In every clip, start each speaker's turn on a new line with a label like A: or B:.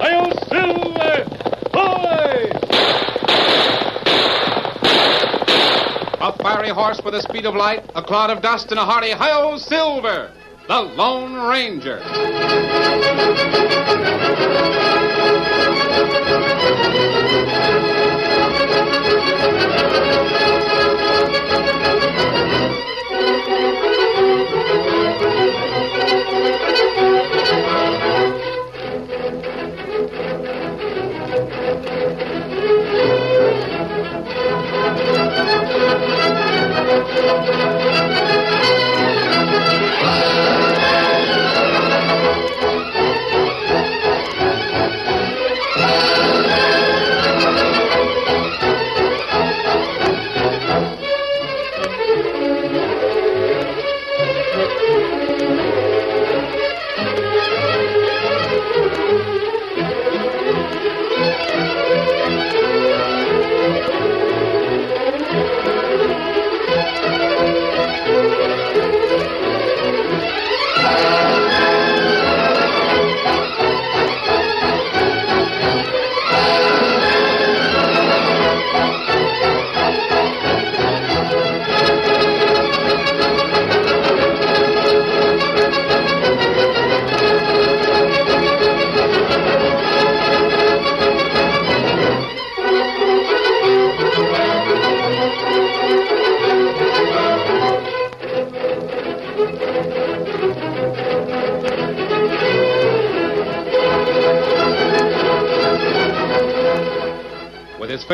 A: Hail Silver! Hoy!
B: A fiery horse with the speed of light, a cloud of dust, and a hearty hi silver, the Lone Ranger. With his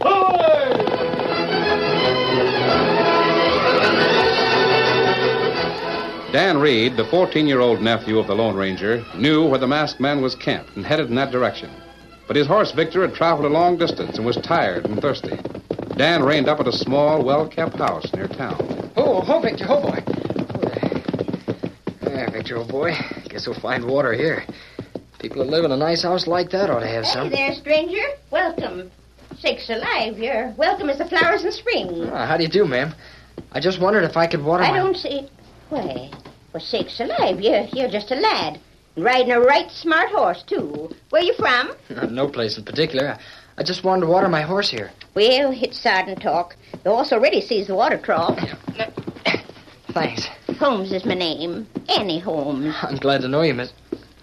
A: Hoy!
B: Dan Reed, the 14 year old nephew of the Lone Ranger, knew where the masked man was camped and headed in that direction. But his horse Victor had traveled a long distance and was tired and thirsty. Dan reined up at a small, well kept house near town.
C: Oh, oh, Victor, oh boy. Yeah, Victor, oh boy. Guess we'll find water here. People that live in a nice house like that ought to have
D: Hey
C: some.
D: there, stranger. Welcome. Shakes alive. You're welcome as the flowers in spring.
C: Ah, how do you do, ma'am? I just wondered if I could water
D: I
C: my.
D: don't see. Why? Well, shakes alive. You're, you're just a lad. And riding a right smart horse, too. Where you from?
C: Uh, no place in particular. I, I just wanted to water my horse here.
D: Well, it's sardin talk. The horse already sees the water trough.
C: Thanks.
D: Holmes is my name. Annie Holmes.
C: I'm glad to know you, Miss.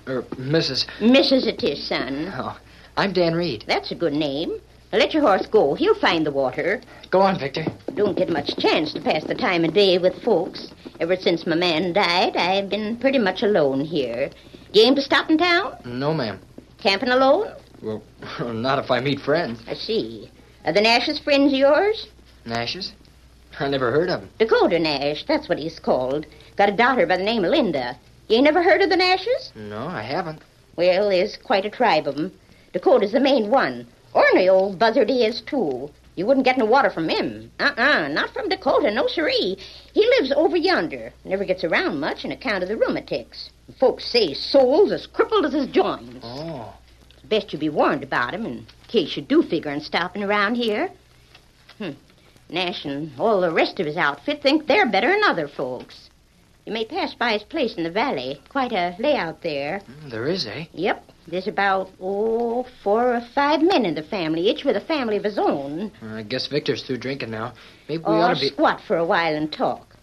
C: Or Mrs.
D: Mrs. It is, son.
C: Oh, I'm Dan Reed.
D: That's a good name. Now let your horse go. He'll find the water.
C: Go on, Victor.
D: Don't get much chance to pass the time of day with folks. Ever since my man died, I've been pretty much alone here. Game to stop in town?
C: No, ma'am.
D: Camping alone?
C: Well, not if I meet friends.
D: I see. Are the Nash's friends yours?
C: Nashes? I never heard of him.
D: Dakota Nash, that's what he's called. Got a daughter by the name of Linda. You ain't never heard of the Nashes?
C: No, I haven't.
D: Well, there's quite a tribe of 'em. Dakota's the main one. Ornery old buzzard he is, too. You wouldn't get no water from him. Uh-uh, not from Dakota, no siree. He lives over yonder. Never gets around much on account of the rheumatics. Folks say his soul's as crippled as his joints.
C: Oh.
D: Best you be warned about him in case you do figure on stopping around here. Hmm. Nash and all the rest of his outfit think they're better than other folks. You may pass by his place in the valley. Quite a layout there.
C: There is, eh?
D: Yep. There's about, oh, four or five men in the family, each with a family of his own.
C: I guess Victor's through drinking now. Maybe we
D: or
C: ought to be.
D: squat for a while and talk.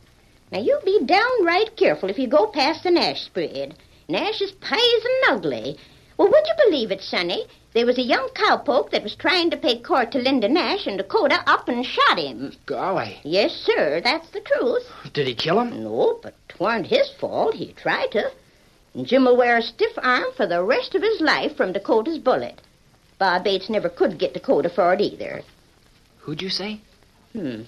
D: Now, you be downright careful if you go past the Nash spread. Nash is pizen ugly. Well, would you believe it, Sonny? There was a young cowpoke that was trying to pay court to Linda Nash in Dakota up and shot him.
C: Golly.
D: Yes, sir, that's the truth.
C: Did he kill him?
D: No, but 'Twarn't his fault. He tried to. And Jim'll wear a stiff arm for the rest of his life from Dakota's bullet. Bob Bates never could get Dakota for it either.
C: Who'd you say?
D: Hmm.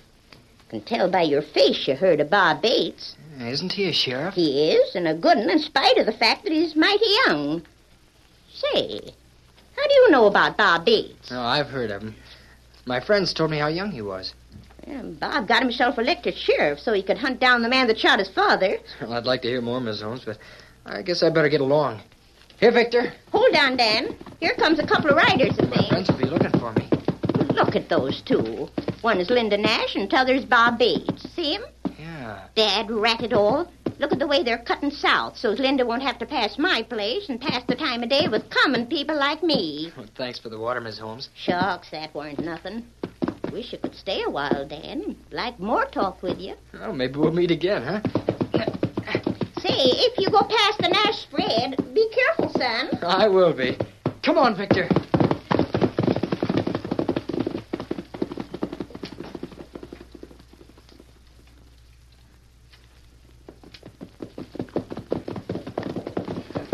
D: Can tell by your face you heard of Bob Bates.
C: Isn't he a sheriff?
D: He is, and a good one in spite of the fact that he's mighty young. Say, how do you know about Bob Bates?
C: No, I've heard of him. My friends told me how young he was.
D: Well, Bob got himself elected sheriff so he could hunt down the man that shot his father.
C: Well, I'd like to hear more, Miss Holmes, but I guess I better get along. Here, Victor.
D: Hold on, Dan. Here comes a couple of riders and
C: My friends
D: things.
C: will be looking for me.
D: Look at those two. One is Linda Nash and t'other's Bob Bates. See him?
C: Yeah.
D: Dad, rat it all. Look at the way they're cutting south so's Linda won't have to pass my place and pass the time of day with common people like me.
C: Well, thanks for the water, Miss Holmes.
D: Shucks, that weren't nothing. Wish you could stay a while, Dan. Like more talk with you.
C: Well, maybe we'll meet again, huh?
D: Say, if you go past the Nash spread, be careful, son.
C: I will be. Come on, Victor.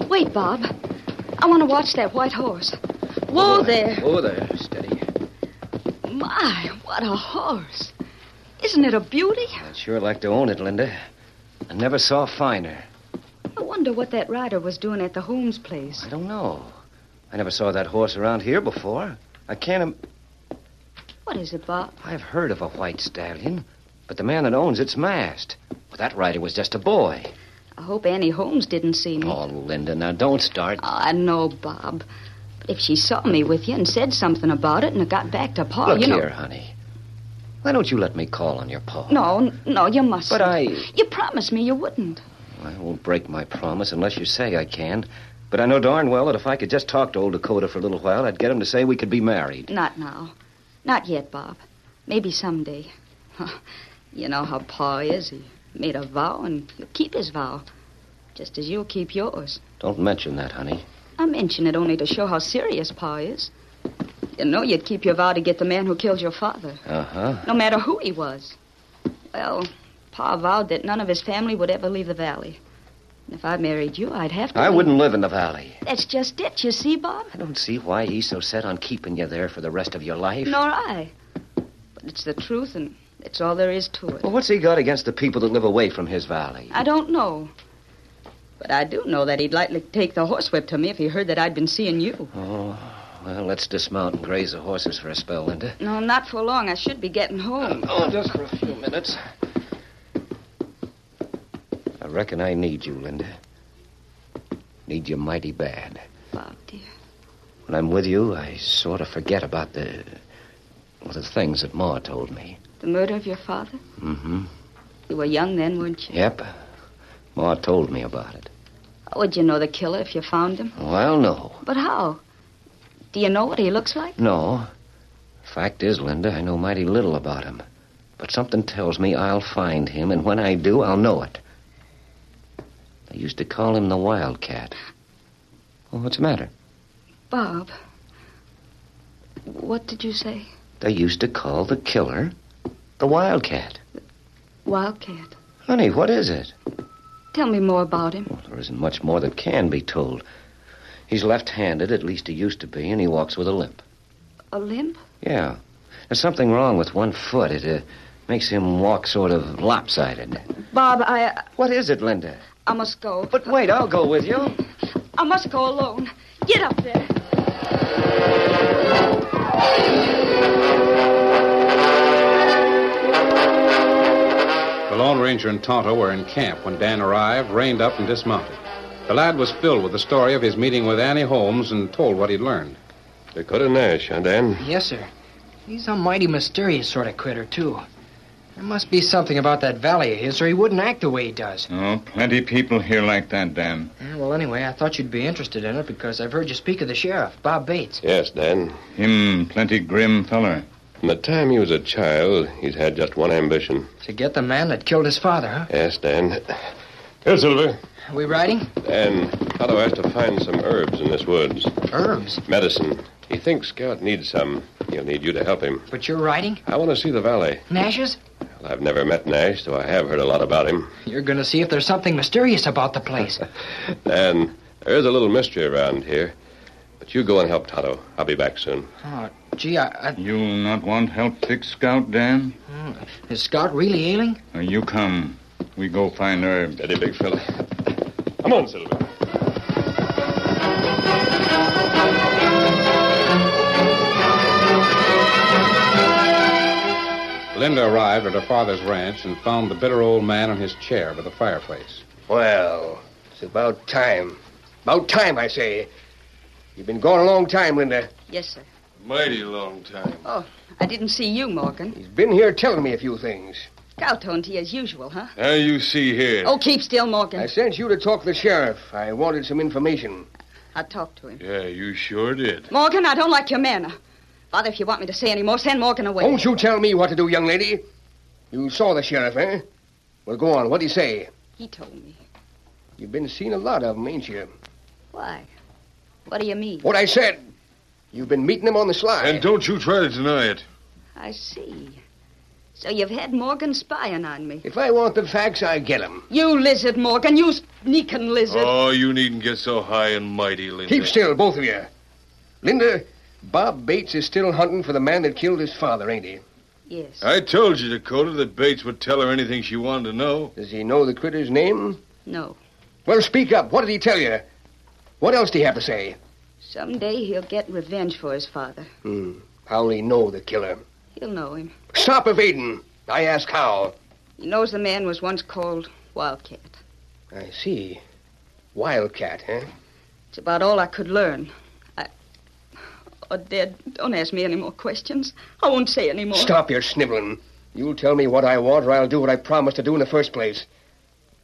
E: Wait, Bob. I want to watch that white horse. Whoa there.
C: Oh, there. Steady.
E: My, what a horse. Isn't it a beauty?
C: I'd sure like to own it, Linda. I never saw finer.
E: I wonder what that rider was doing at the Holmes place.
C: I don't know. I never saw that horse around here before. I can't. Im-
E: What is it, Bob?
C: I've heard of a white stallion, but the man that owns it's masked. Well, that rider was just a boy.
E: I hope Annie Holmes didn't see me. Ah,
C: Oh, Linda, now don't start.
E: I know, Bob. But if she saw me with you and said something about it and it got back to Pa,
C: Look
E: you know.
C: here, honey. Why don't you let me call on your paw?
E: No, n- no, you mustn't.
C: But I.
E: You promised me you wouldn't.
C: I won't break my promise unless you say I can. But I know darn well that if I could just talk to old Dakota for a little while, I'd get him to say we could be married.
E: Not now. Not yet, Bob. Maybe someday. You know how Pa is. He made a vow, and he'll keep his vow, just as you'll keep yours.
C: Don't mention that, honey.
E: I mention it only to show how serious Pa is. You know you'd keep your vow to get the man who killed your father,
C: Uh huh.
E: no matter who he was. Well, Pa vowed that none of his family would ever leave the valley. And if I married you, I'd have to.
C: I
E: leave.
C: wouldn't live in the valley.
E: That's just it, you see, Bob?
C: I don't see why he's so set on keeping you there for the rest of your life.
E: Nor I. But it's the truth, and that's all there is to it.
C: Well, what's he got against the people that live away from his valley?
E: I don't know. But I do know that he'd likely take the horsewhip to me if he heard that I'd been seeing you.
C: Oh, well, let's dismount and graze the horses for a spell, Linda.
E: No, not for long. I should be getting home.
C: Oh, just for a few minutes. I reckon I need you, Linda. Need you mighty bad.
E: Bob, dear.
C: When I'm with you, I sort of forget about the. Well, the things that Ma told me.
E: The murder of your father?
C: Mm hmm.
E: You were young then, weren't you?
C: Yep. Ma told me about it.
E: How would you know the killer if you found him?
C: Well, no.
E: But how? Do you know what he looks like?
C: No. Fact is, Linda, I know mighty little about him. But something tells me I'll find him, and when I do, I'll know it. They used to call him the Wildcat. Well, what's the matter?
E: Bob. What did you say?
C: They used to call the killer the Wildcat.
E: Wildcat.
C: Honey, what is it?
E: Tell me more about him.
C: Well, there isn't much more that can be told. He's left handed, at least he used to be, and he walks with a limp.
E: A limp?
C: Yeah. There's something wrong with one foot. It uh, makes him walk sort of lopsided.
E: Bob, I uh,
C: What is it, Linda?
E: I must go.
C: But wait, I'll go with you.
E: I must go alone. Get up there.
B: The Lone Ranger and Tonto were in camp when Dan arrived, reined up, and dismounted. The lad was filled with the story of his meeting with Annie Holmes and told what he'd learned.
F: Dakota Nash, huh, Dan?
G: Yes, sir. He's a mighty mysterious sort of critter, too. There must be something about that valley of his, or he wouldn't act the way he does.
H: Oh, plenty people here like that, Dan.
G: Eh, Well, anyway, I thought you'd be interested in it because I've heard you speak of the sheriff, Bob Bates.
F: Yes, Dan.
H: Him, plenty grim feller.
F: From the time he was a child, he's had just one ambition.
G: To get the man that killed his father, huh?
F: Yes, Dan. Here, Silver.
G: Are we riding?
F: Dan, Tonto has to find some herbs in this woods.
G: Herbs.
F: Medicine. He thinks Scout needs some. He'll need you to help him.
G: But you're riding?
F: I want to see the valley.
G: Nash's?
F: I've never met Nash, though I have heard a lot about him.
G: You're going to see if there's something mysterious about the place.
F: And there is a little mystery around here. But you go and help Tonto. I'll be back soon.
G: oh, gee, I, I, Hmm.
H: You'll not want help, Thick Scout, Dan?
G: is Scout really ailing?
H: Now you come. We go find Herb.
F: Steady, big fella. Come on, Silver.
B: Linda arrived at her father's ranch and found the bitter old man on his chair by the fireplace.
I: Well, it's about time. About time, I say. You've been gone a long time, Linda.
E: Yes, sir. Oh,
J: Mighty long time.
E: I didn't see you, Morgan.
I: He's been here telling me a few things.
E: Scout on to you as usual, huh?
J: Now you see here.
E: Oh, keep still, Morgan.
I: I sent you to talk to the sheriff. I wanted some information.
E: I talked to him.
J: Yeah, you sure did.
E: Morgan, I don't like your manner. Father, if you want me to say any more, send Morgan away.
I: Won't you tell me what to do, young lady? You saw the sheriff, eh? Well, go on. What'd he say?
E: He told me.
I: You've been seeing a lot of him, ain't you?
E: Why? What do you mean?
I: What I said. You've been meeting him on the sly.
J: And don't you try to deny it.
E: I see. So you've had Morgan spying on me.
I: If I want the facts, I get 'em.
E: You lizard, Morgan. You sneaking lizard.
J: Oh, you needn't get so high and mighty, Linda.
I: Keep still, both of you. Linda, Bob Bates is still hunting for the man that killed his father, ain't he?
E: Yes.
J: I told you, Dakota, that Bates would tell her anything she wanted to know.
I: Does he know the critter's name?
E: No.
I: Well, speak up. What did he tell you? What else do you have to say?
E: Someday he'll get revenge for his father.
I: Hmm. How'll he know the killer?
E: He'll know him.
I: Stop evading. I ask how.
E: He knows the man was once called Wildcat.
I: I see. Wildcat, eh?
E: It's about all I could learn. I. Oh, Dad, don't ask me any more questions. I won't say any more.
I: Stop your sniveling. You'll tell me what I want, or I'll do what I promised to do in the first place.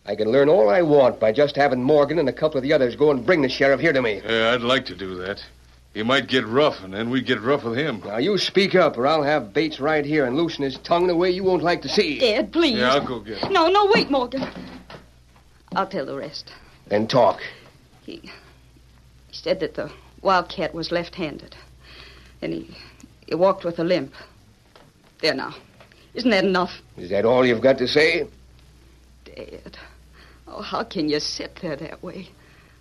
I: I can learn all I want by just having Morgan and a couple of the others go and bring the sheriff here to me.
J: Yeah, I'd like to do that. He might get rough, and then we'd get rough with him.
I: Now, you speak up, or I'll have Bates right here and loosen his tongue in a way you won't like to see.
E: Dad, please.
J: Yeah, I'll go get him.
E: No, no, wait, Morgan. I'll tell the rest.
I: Then talk.
E: He said that the Wildcat was left handed, and he, he walked with a limp. There now. Isn't that enough?
I: Is that all you've got to say?
E: Dad. Oh, how can you sit there that way?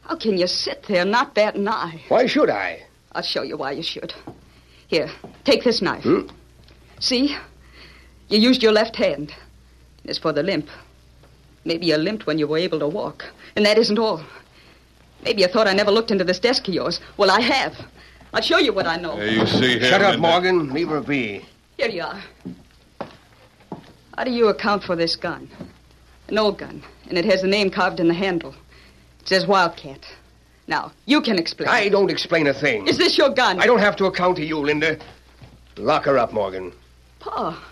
E: How can you sit there not that an eye?
I: Why should I?
E: I'll show you why you should. Here, take this knife.
I: Hmm?
E: See? You used your left hand. As for the limp, maybe you limped when you were able to walk. And that isn't all. Maybe you thought I never looked into this desk of yours. Well, I have. I'll show you what I know.
J: Yeah, you see here.
I: Shut up,
J: Linda.
I: Morgan. Leave her be.
E: Here you are. How do you account for this gun? An old gun, and it has the name carved in the handle. It says Wildcat. Now, you can explain.
I: I don't explain a thing.
E: Is this your gun?
I: I don't have to account to you, Linda. Lock her up, Morgan.
E: Pa.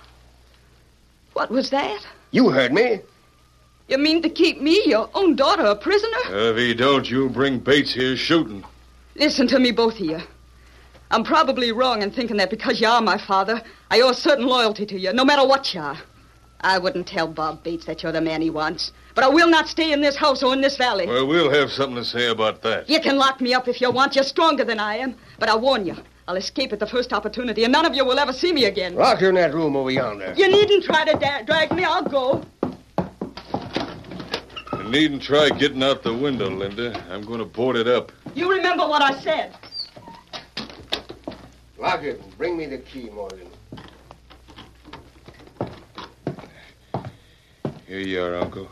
E: What was that?
I: You heard me.
E: You mean to keep me, your own daughter, a prisoner?
J: Uh, if he don't, you'll bring Bates here shooting.
E: Listen to me, both of you. I'm probably wrong in thinking that because you are my father, I owe a certain loyalty to you, no matter what you are. I wouldn't tell Bob Bates that you're the man he wants, but I will not stay in this house or in this valley.
J: Well, we'll have something to say about that.
E: You can lock me up if you want. You're stronger than I am, but I warn you, I'll escape at the first opportunity, and none of you will ever see me again.
I: Lock her in that room over yonder.
E: You needn't try to da- drag me. I'll go.
J: You needn't try getting out the window, Linda. I'm going to board it up.
E: You remember what I said.
I: Lock her. Bring me the key, Morgan.
J: Here you are, Uncle.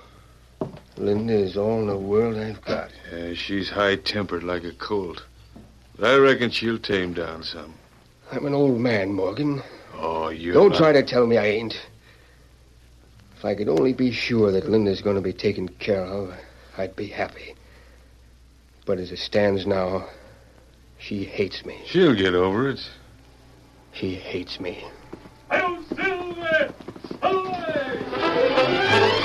I: Linda is all in the world I've got.
B: Uh,
J: Yeah, she's high tempered like a colt. But I reckon she'll tame down some.
I: I'm an old man, Morgan.
J: Oh, you
I: don't try to tell me I ain't. If I could only be sure that Linda's going to be taken care of, I'd be happy. But as it stands now, she hates me.
J: She'll get over it.
I: She hates me.
A: Hail Silver! Silver!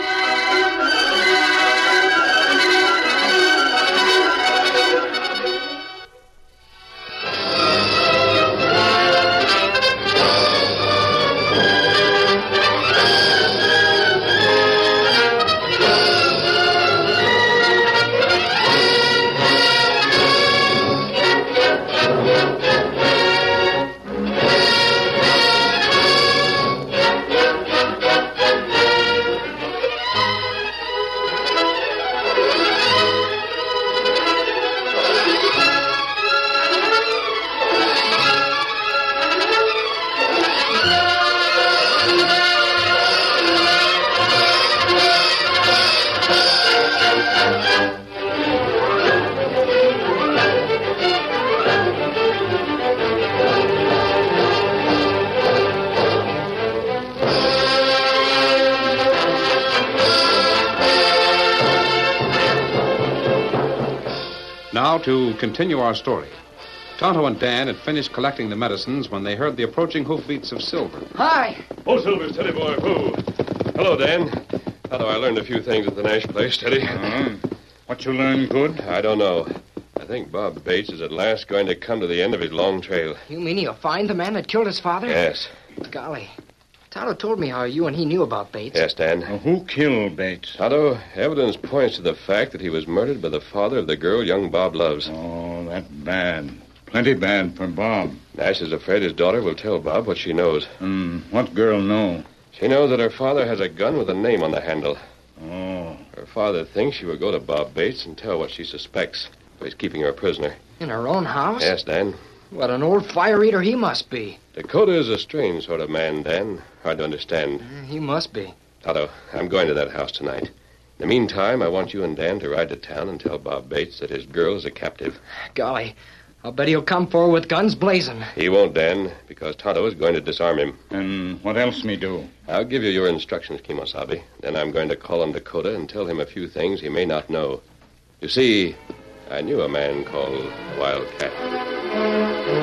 B: Now, to continue our story. Tonto and Dan had finished collecting the medicines when they heard the approaching hoofbeats of Silver.
E: Hi.
F: Oh, Silver, steady boy, who? Hello, Dan. Tonto, I learned a few things at the Nash place, steady.
B: Hmm.
F: What you learned good? I don't know. I think Bob Bates is at last going to come to the end of his long trail.
G: You mean he'll find the man that killed his father?
F: Yes.
G: Golly. Tonto told me how you and he knew about Bates.
F: Yes, Dan. who killed Bates? Tonto, evidence points to the fact that he was murdered by the father of the girl young Bob loves. Oh, that bad. Plenty bad for Bob. Nash is afraid his daughter will tell Bob what she knows. Hmm. What girl know? She knows that her father has a gun with a name on the handle. Oh. Her father thinks she will go to Bob Bates and tell what she suspects. So he's keeping her a prisoner.
G: In her own house?
F: Yes, Dan.
G: What an old fire eater he must be.
F: Dakota is a strange sort of man, Dan. Hard to understand.
G: He must be.
F: Toto, I'm going to that house tonight. In the meantime, I want you and Dan to ride to town and tell Bob Bates that his girl is a captive.
G: Golly. I'll bet he'll come forward with guns blazing.
F: He won't, Dan, because Tonto is going to disarm him. And what else me do? I'll give you your instructions, Kimosabe. Then I'm going to call on Dakota and tell him a few things he may not know. You see, I knew a man called Wildcat.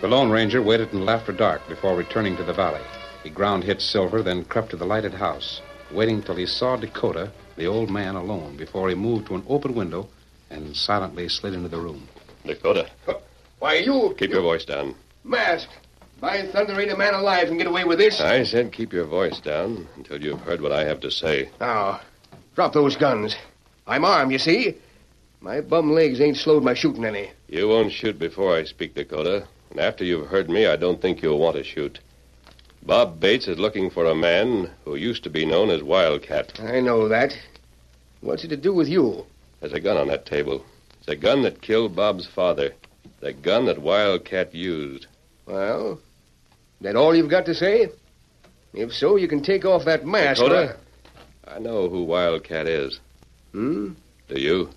B: The Lone Ranger waited until after dark before returning to the valley. He ground hit Silver, then crept to the lighted house, waiting till he saw Dakota, the old man, alone, before he moved to an open window and silently slid into the room.
F: Dakota.
I: Why, you
F: Keep your voice down.
I: masked. By thunder, ain't a man alive can get away with this.
F: I said keep your voice down until you've heard what I have to say.
I: Now, drop those guns. I'm armed, you see. My bum legs ain't slowed my shooting any.
F: You won't shoot before I speak, Dakota. And after you've heard me, I don't think you'll want to shoot. Bob Bates is looking for a man who used to be known as Wildcat.
I: I know that. What's it to do with you?
F: There's a gun on that table. It's a gun that killed Bob's father. The gun that Wildcat used.
I: Well, that all you've got to say? If so, you can take off that mask.
F: Dakota? I know who Wildcat is.
I: Hmm?
F: Do you?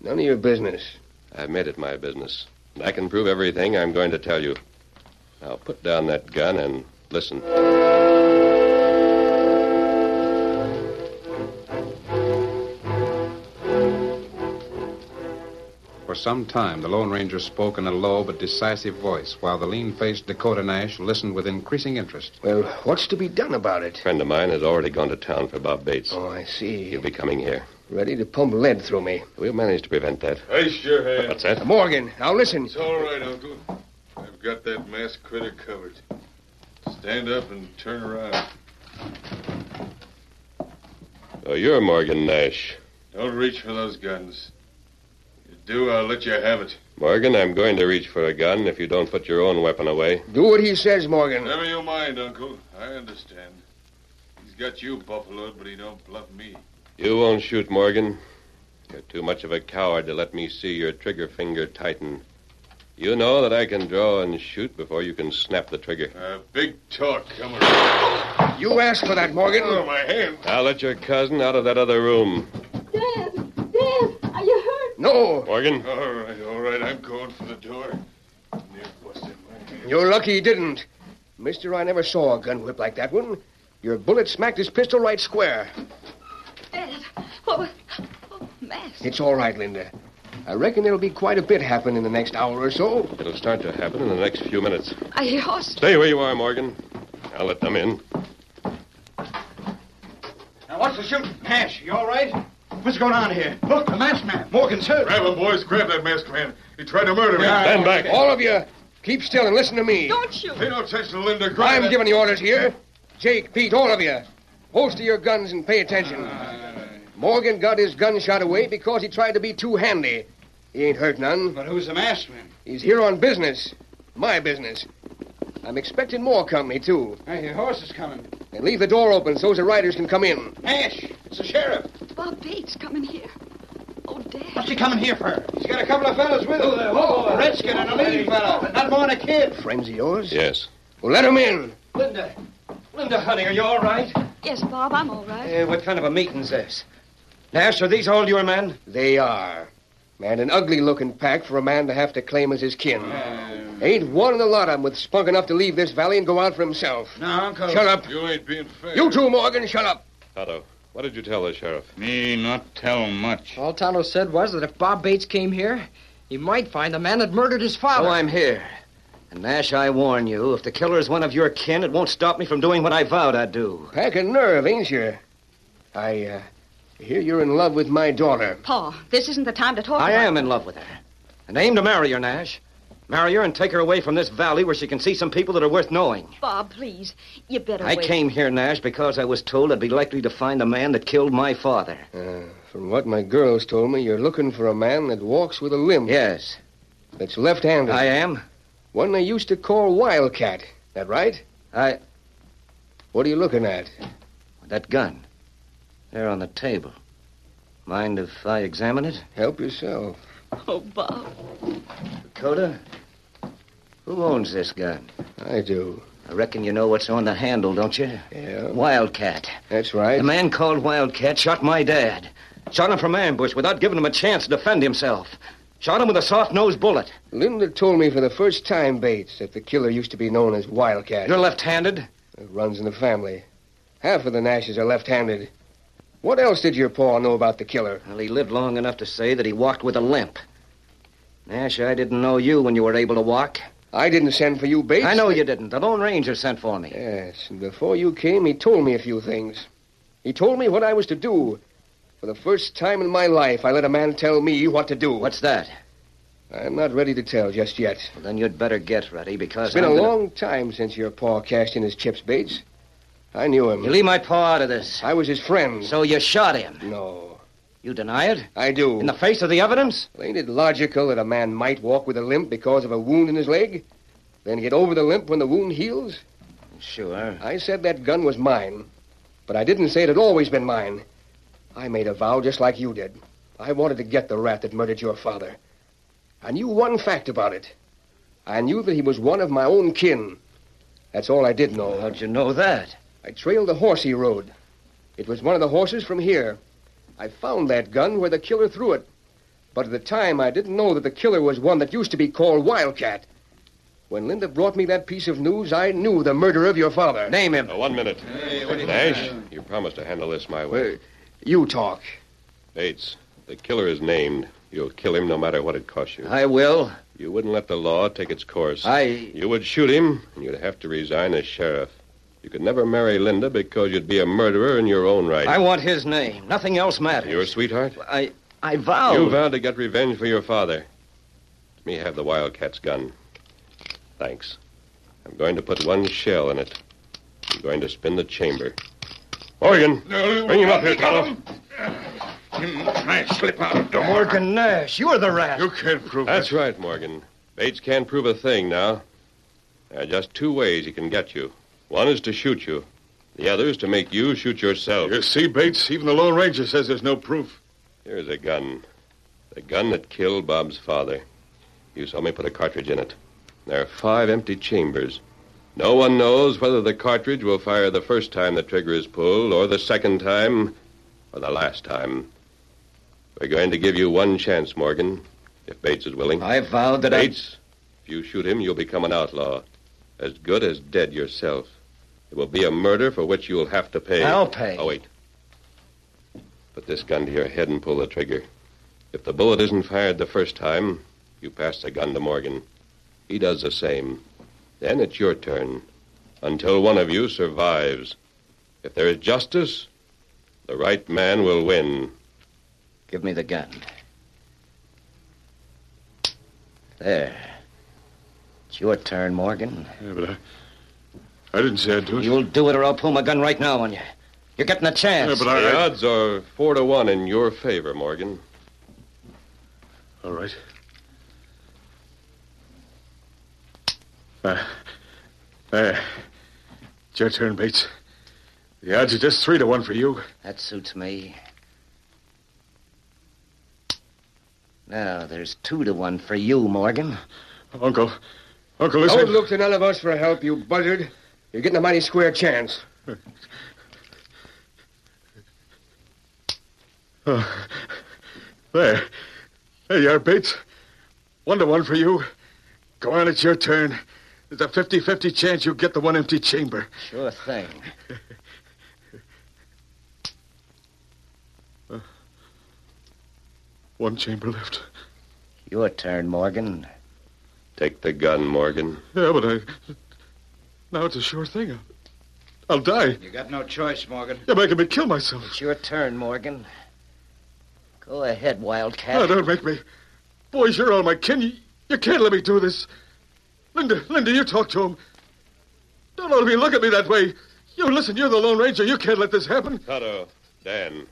I: None of your business.
F: I've made it my business. And I can prove everything I'm going to tell you. Now put down that gun and listen.
B: For some time, the Lone Ranger spoke in a low but decisive voice, while the lean faced Dakota Nash listened with increasing interest.
I: Well, what's to be done about it?
F: A friend of mine has already gone to town for Bob Bates.
I: Oh, I see.
F: He'll be coming here.
I: Ready to pump lead through me.
F: We'll manage to prevent that.
J: Raise your hand.
F: What's that?
I: Morgan, now listen.
J: It's all right, Uncle. I've got that masked critter covered. Stand up and turn around.
F: Oh, you're Morgan Nash.
J: Don't reach for those guns. You do, I'll let you have it.
F: Morgan, I'm going to reach for a gun if you don't put your own weapon away.
I: Do what he says, Morgan.
J: Never you mind, Uncle. I understand. He's got you buffaloed, but he don't bluff me.
F: You won't shoot, Morgan. You're too much of a coward to let me see your trigger finger tighten. You know that I can draw and shoot before you can snap the trigger.
J: Uh, big talk coming. Oh,
I: You asked for that, Morgan.
J: my hand.
F: Now let your cousin out of that other room.
K: Dan! Dan! Are you hurt?
I: No,
F: Morgan,
J: All right, all right. I'm going for the door. Near busted my hand.
I: you're lucky he didn't. Mister, I never saw a gun whip like that one. Your bullet smacked his pistol right square.
E: Ed. What was. Oh, mask.
I: It's all right, Linda. I reckon there'll be quite a bit happen in the next hour or so.
F: it'll start to happen in the next few minutes.
E: I hear horses.
F: Stay where you are, Morgan. I'll let them in.
L: Now, what's the shooting? Nash, you all right? What's going on here? Look, the masked man. Morgan's hurt.
J: Grab him, boys. Grab that masked man. He tried to murder me.
F: Stand back.
I: All of you, keep still and listen to me.
E: Don't shoot.
J: Pay no attention to Linda. Grab
I: I'm
J: that-
I: giving the orders here. Jake, Pete, all of you, holster your guns and pay attention. Morgan got his gun shot away because he tried to be too handy. He ain't hurt none.
L: But who's the masked man?
I: He's here on business. My business. I'm expecting more company, too.
L: I hear horses coming.
I: And leave the door open so's the riders can come in.
L: Nash, it's the sheriff.
E: Bob Bates coming here. Oh, Dan.
L: What's he coming here for? He's got a couple of fellas with him. Oh, a redskin and a lean fellow. Not more than a kid.
I: Friends of yours?
F: Yes.
I: Well, let 'em in.
L: Linda. Linda, honey, are you all right?
E: Yes, Bob, I'm all right.
L: Uh, what kind of a meeting's this? Nash, are these all your men?
I: They are. And an ugly looking pack for a man to have to claim as his kin. Ain't one in the lot of 'em with spunk enough to leave this valley and go out for himself.
L: Now, Uncle.
I: Shut up.
L: You ain't being fair.
I: You too, Morgan, shut up.
F: Tonto, what did you tell the sheriff?
H: Me not tell much.
G: All Tonto said was that if Bob Bates came here, he might find the man that murdered his father.
C: Oh, I'm here. And Nash, I warn you, if the killer is one of your kin, it won't stop me from doing what I vowed I'd do.
I: Pack a nerve, ain't you? I uh, hear you're in love with my daughter.
E: Pa, this isn't the time to talk
C: I
E: about
C: am in love with her. And aim to marry her, Nash. Marry her and take her away from this valley where she can see some people that are worth knowing.
E: Bob, please. You better
C: I
E: wait.
C: came here, Nash, because I was told I'd be likely to find the man that killed my father.
I: Uh, from what my girls told me, you're looking for a man that walks with a limp.
C: Yes.
I: That's left-handed.
C: I am.
I: One they used to call Wildcat. That right?
C: I.
I: What are you looking at?
C: That gun. There on the table. Mind if I examine it?
I: Help yourself.
E: Oh, Bob.
C: Dakota, who owns this gun?
I: I do.
C: I reckon you know what's on the handle, don't you?
I: Yeah.
C: Wildcat.
I: That's right.
C: The man called Wildcat shot my dad. Shot him from ambush without giving him a chance to defend himself. Shot him with a soft nosed bullet.
I: Linda told me for the first time, Bates, that the killer used to be known as Wildcat.
C: You're left handed?
I: It runs in the family. Half of the Nashes are left-handed. What else did your paw know about the killer?
C: Well, he lived long enough to say that he walked with a limp. Nash, I didn't know you when you were able to walk.
I: I didn't send for you, Bates.
C: I know you didn't. The Lone Ranger sent for me.
I: Yes, and before you came, he told me a few things. He told me what I was to do. For the first time in my life, I let a man tell me what to do.
C: What's that?
I: I'm not ready to tell just yet.
C: Well, then you'd better get ready because
I: It's been
C: I'm
I: a
C: gonna-
I: long time since your paw cashed in his chips, Bates. I knew him.
C: You leave my paw out of this.
I: I was his friend.
C: So you shot him.
I: No.
C: You deny it?
I: I do.
C: In the face of the evidence?
I: Well, Ain't it logical that a man might walk with a limp because of a wound in his leg? Then get over the limp when the wound heals?
C: Sure.
I: I said that gun was mine. But I didn't say it had always been mine. I made a vow just like you did. I wanted to get the rat that murdered your father. I knew one fact about it. I knew that he was one of my own kin. That's all I did know.
C: How'd you know that?
I: I trailed the horse he rode. It was one of the horses from here. I found that gun where the killer threw it. But at the time, I didn't know that the killer was one that used to be called Wildcat. When Linda brought me that piece of news, I knew the murderer of your father.
C: Name him.
F: Now, one minute. Nash, you promised to handle this my way.
I: You talk.
F: Bates, the killer is named. You'll kill him no matter what it costs you.
C: I will.
F: You wouldn't let the law take its course.
C: I.
F: You would shoot him, and you'd have to resign as sheriff. You could never marry Linda because you'd be a murderer in your own right.
C: I want his name. Nothing else matters.
F: Your sweetheart?
C: I. I vow.
F: You vowed to get revenge for your father. Let me have the Wildcat's gun. Thanks. I'm going to put one shell in it. I'm going to spin the chamber. Morgan, bring him up here, Tonto.
L: Nash, slip out of door.
C: Morgan Nash, you're the rat.
L: You can't prove
F: That's right, Morgan. Bates can't prove a thing now. There are just two ways he can get you. One is to shoot you. The other is to make you shoot yourself.
L: You see, Bates, even the Lone Ranger says there's no proof.
F: Here's a gun. The gun that killed Bob's father. You saw me put a cartridge in it. There are five empty chambers. No one knows whether the cartridge will fire the first time the trigger is pulled, or the second time, or the last time. We're going to give you one chance, Morgan, if Bates is willing.
C: I vowed that I.
F: Bates, if you shoot him, you'll become an outlaw. As good as dead yourself. It will be a murder for which you'll have to pay.
C: I'll pay.
F: Oh, wait. Put this gun to your head and pull the trigger. If the bullet isn't fired the first time, you pass the gun to Morgan. He does the same. Then it's your turn. Until one of you survives. If there is justice, the right man will win.
C: Give me the gun. There. It's your turn, Morgan.
L: Yeah, but I. I didn't say I'd do it.
C: You'll do it, or I'll pull my gun right now on you. You're getting a chance.
L: Yeah, but I.
F: the
L: I-
F: odds are four to one in your favor, Morgan.
L: All right. Uh, there. It's your turn, Bates. The odds are just three to one for you.
C: That suits me. Now, there's two to one for you, Morgan.
L: Uncle. Uncle, listen.
I: Don't look to none of us for help, you buzzard. You're getting a mighty square chance.
L: Oh, there. There you are, Bates. One to one for you. Go on, it's your turn. There's a 50 50 chance you'll get the one empty chamber.
C: Sure thing.
L: Uh, One chamber left.
C: Your turn, Morgan.
F: Take the gun, Morgan.
L: Yeah, but I. Now it's a sure thing. I'll, I'll die.
C: You got no choice, Morgan.
L: Yeah, but I can be kill myself.
C: It's your turn, Morgan. Go ahead, Wildcat.
L: No, don't make me. Boys, you're all my kin. You, you can't let me do this. Linda, Linda, you talk to him. Don't let me look at me that way. You listen, you're the Lone Ranger. You can't let this happen.
F: Toto, Dan,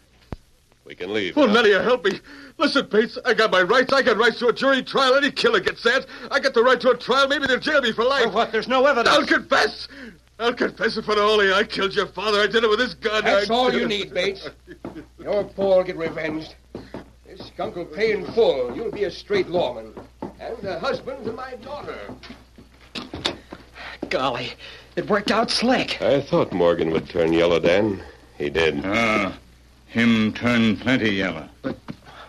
F: we can leave.
L: Well,
F: now.
L: none of you help me. Listen, Bates, I got my rights. I got rights to a jury trial. Any killer gets that. I got the right to a trial. Maybe they'll jail me for life. what?
M: There's no evidence.
L: I'll confess. I'll confess in front of Ollie. I killed your father. I did it with this gun.
I: That's
L: I-
I: all you need, Bates. Your pa'll get revenged. This skunk will pay in full. You'll be a straight lawman. And a husband to my daughter.
G: Golly, it worked out slick.
F: I thought Morgan would turn yellow, Dan. He did.
N: Ah, him turn plenty yellow.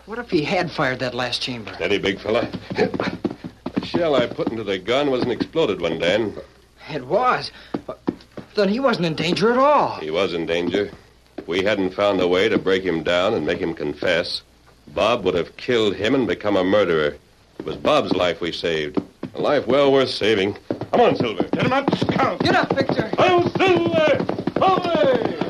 G: What if he had fired that last chamber?
F: Steady, big fella. The shell I put into the gun was an exploded one, Dan.
G: It was. Then he wasn't in danger at all.
F: He was in danger. If we hadn't found a way to break him down and make him confess, Bob would have killed him and become a murderer. It was Bob's life we saved. A life well worth saving. Come on, Silver. Get him up, scout.
G: Get up, Victor.
F: Oh, Silver!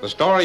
B: The story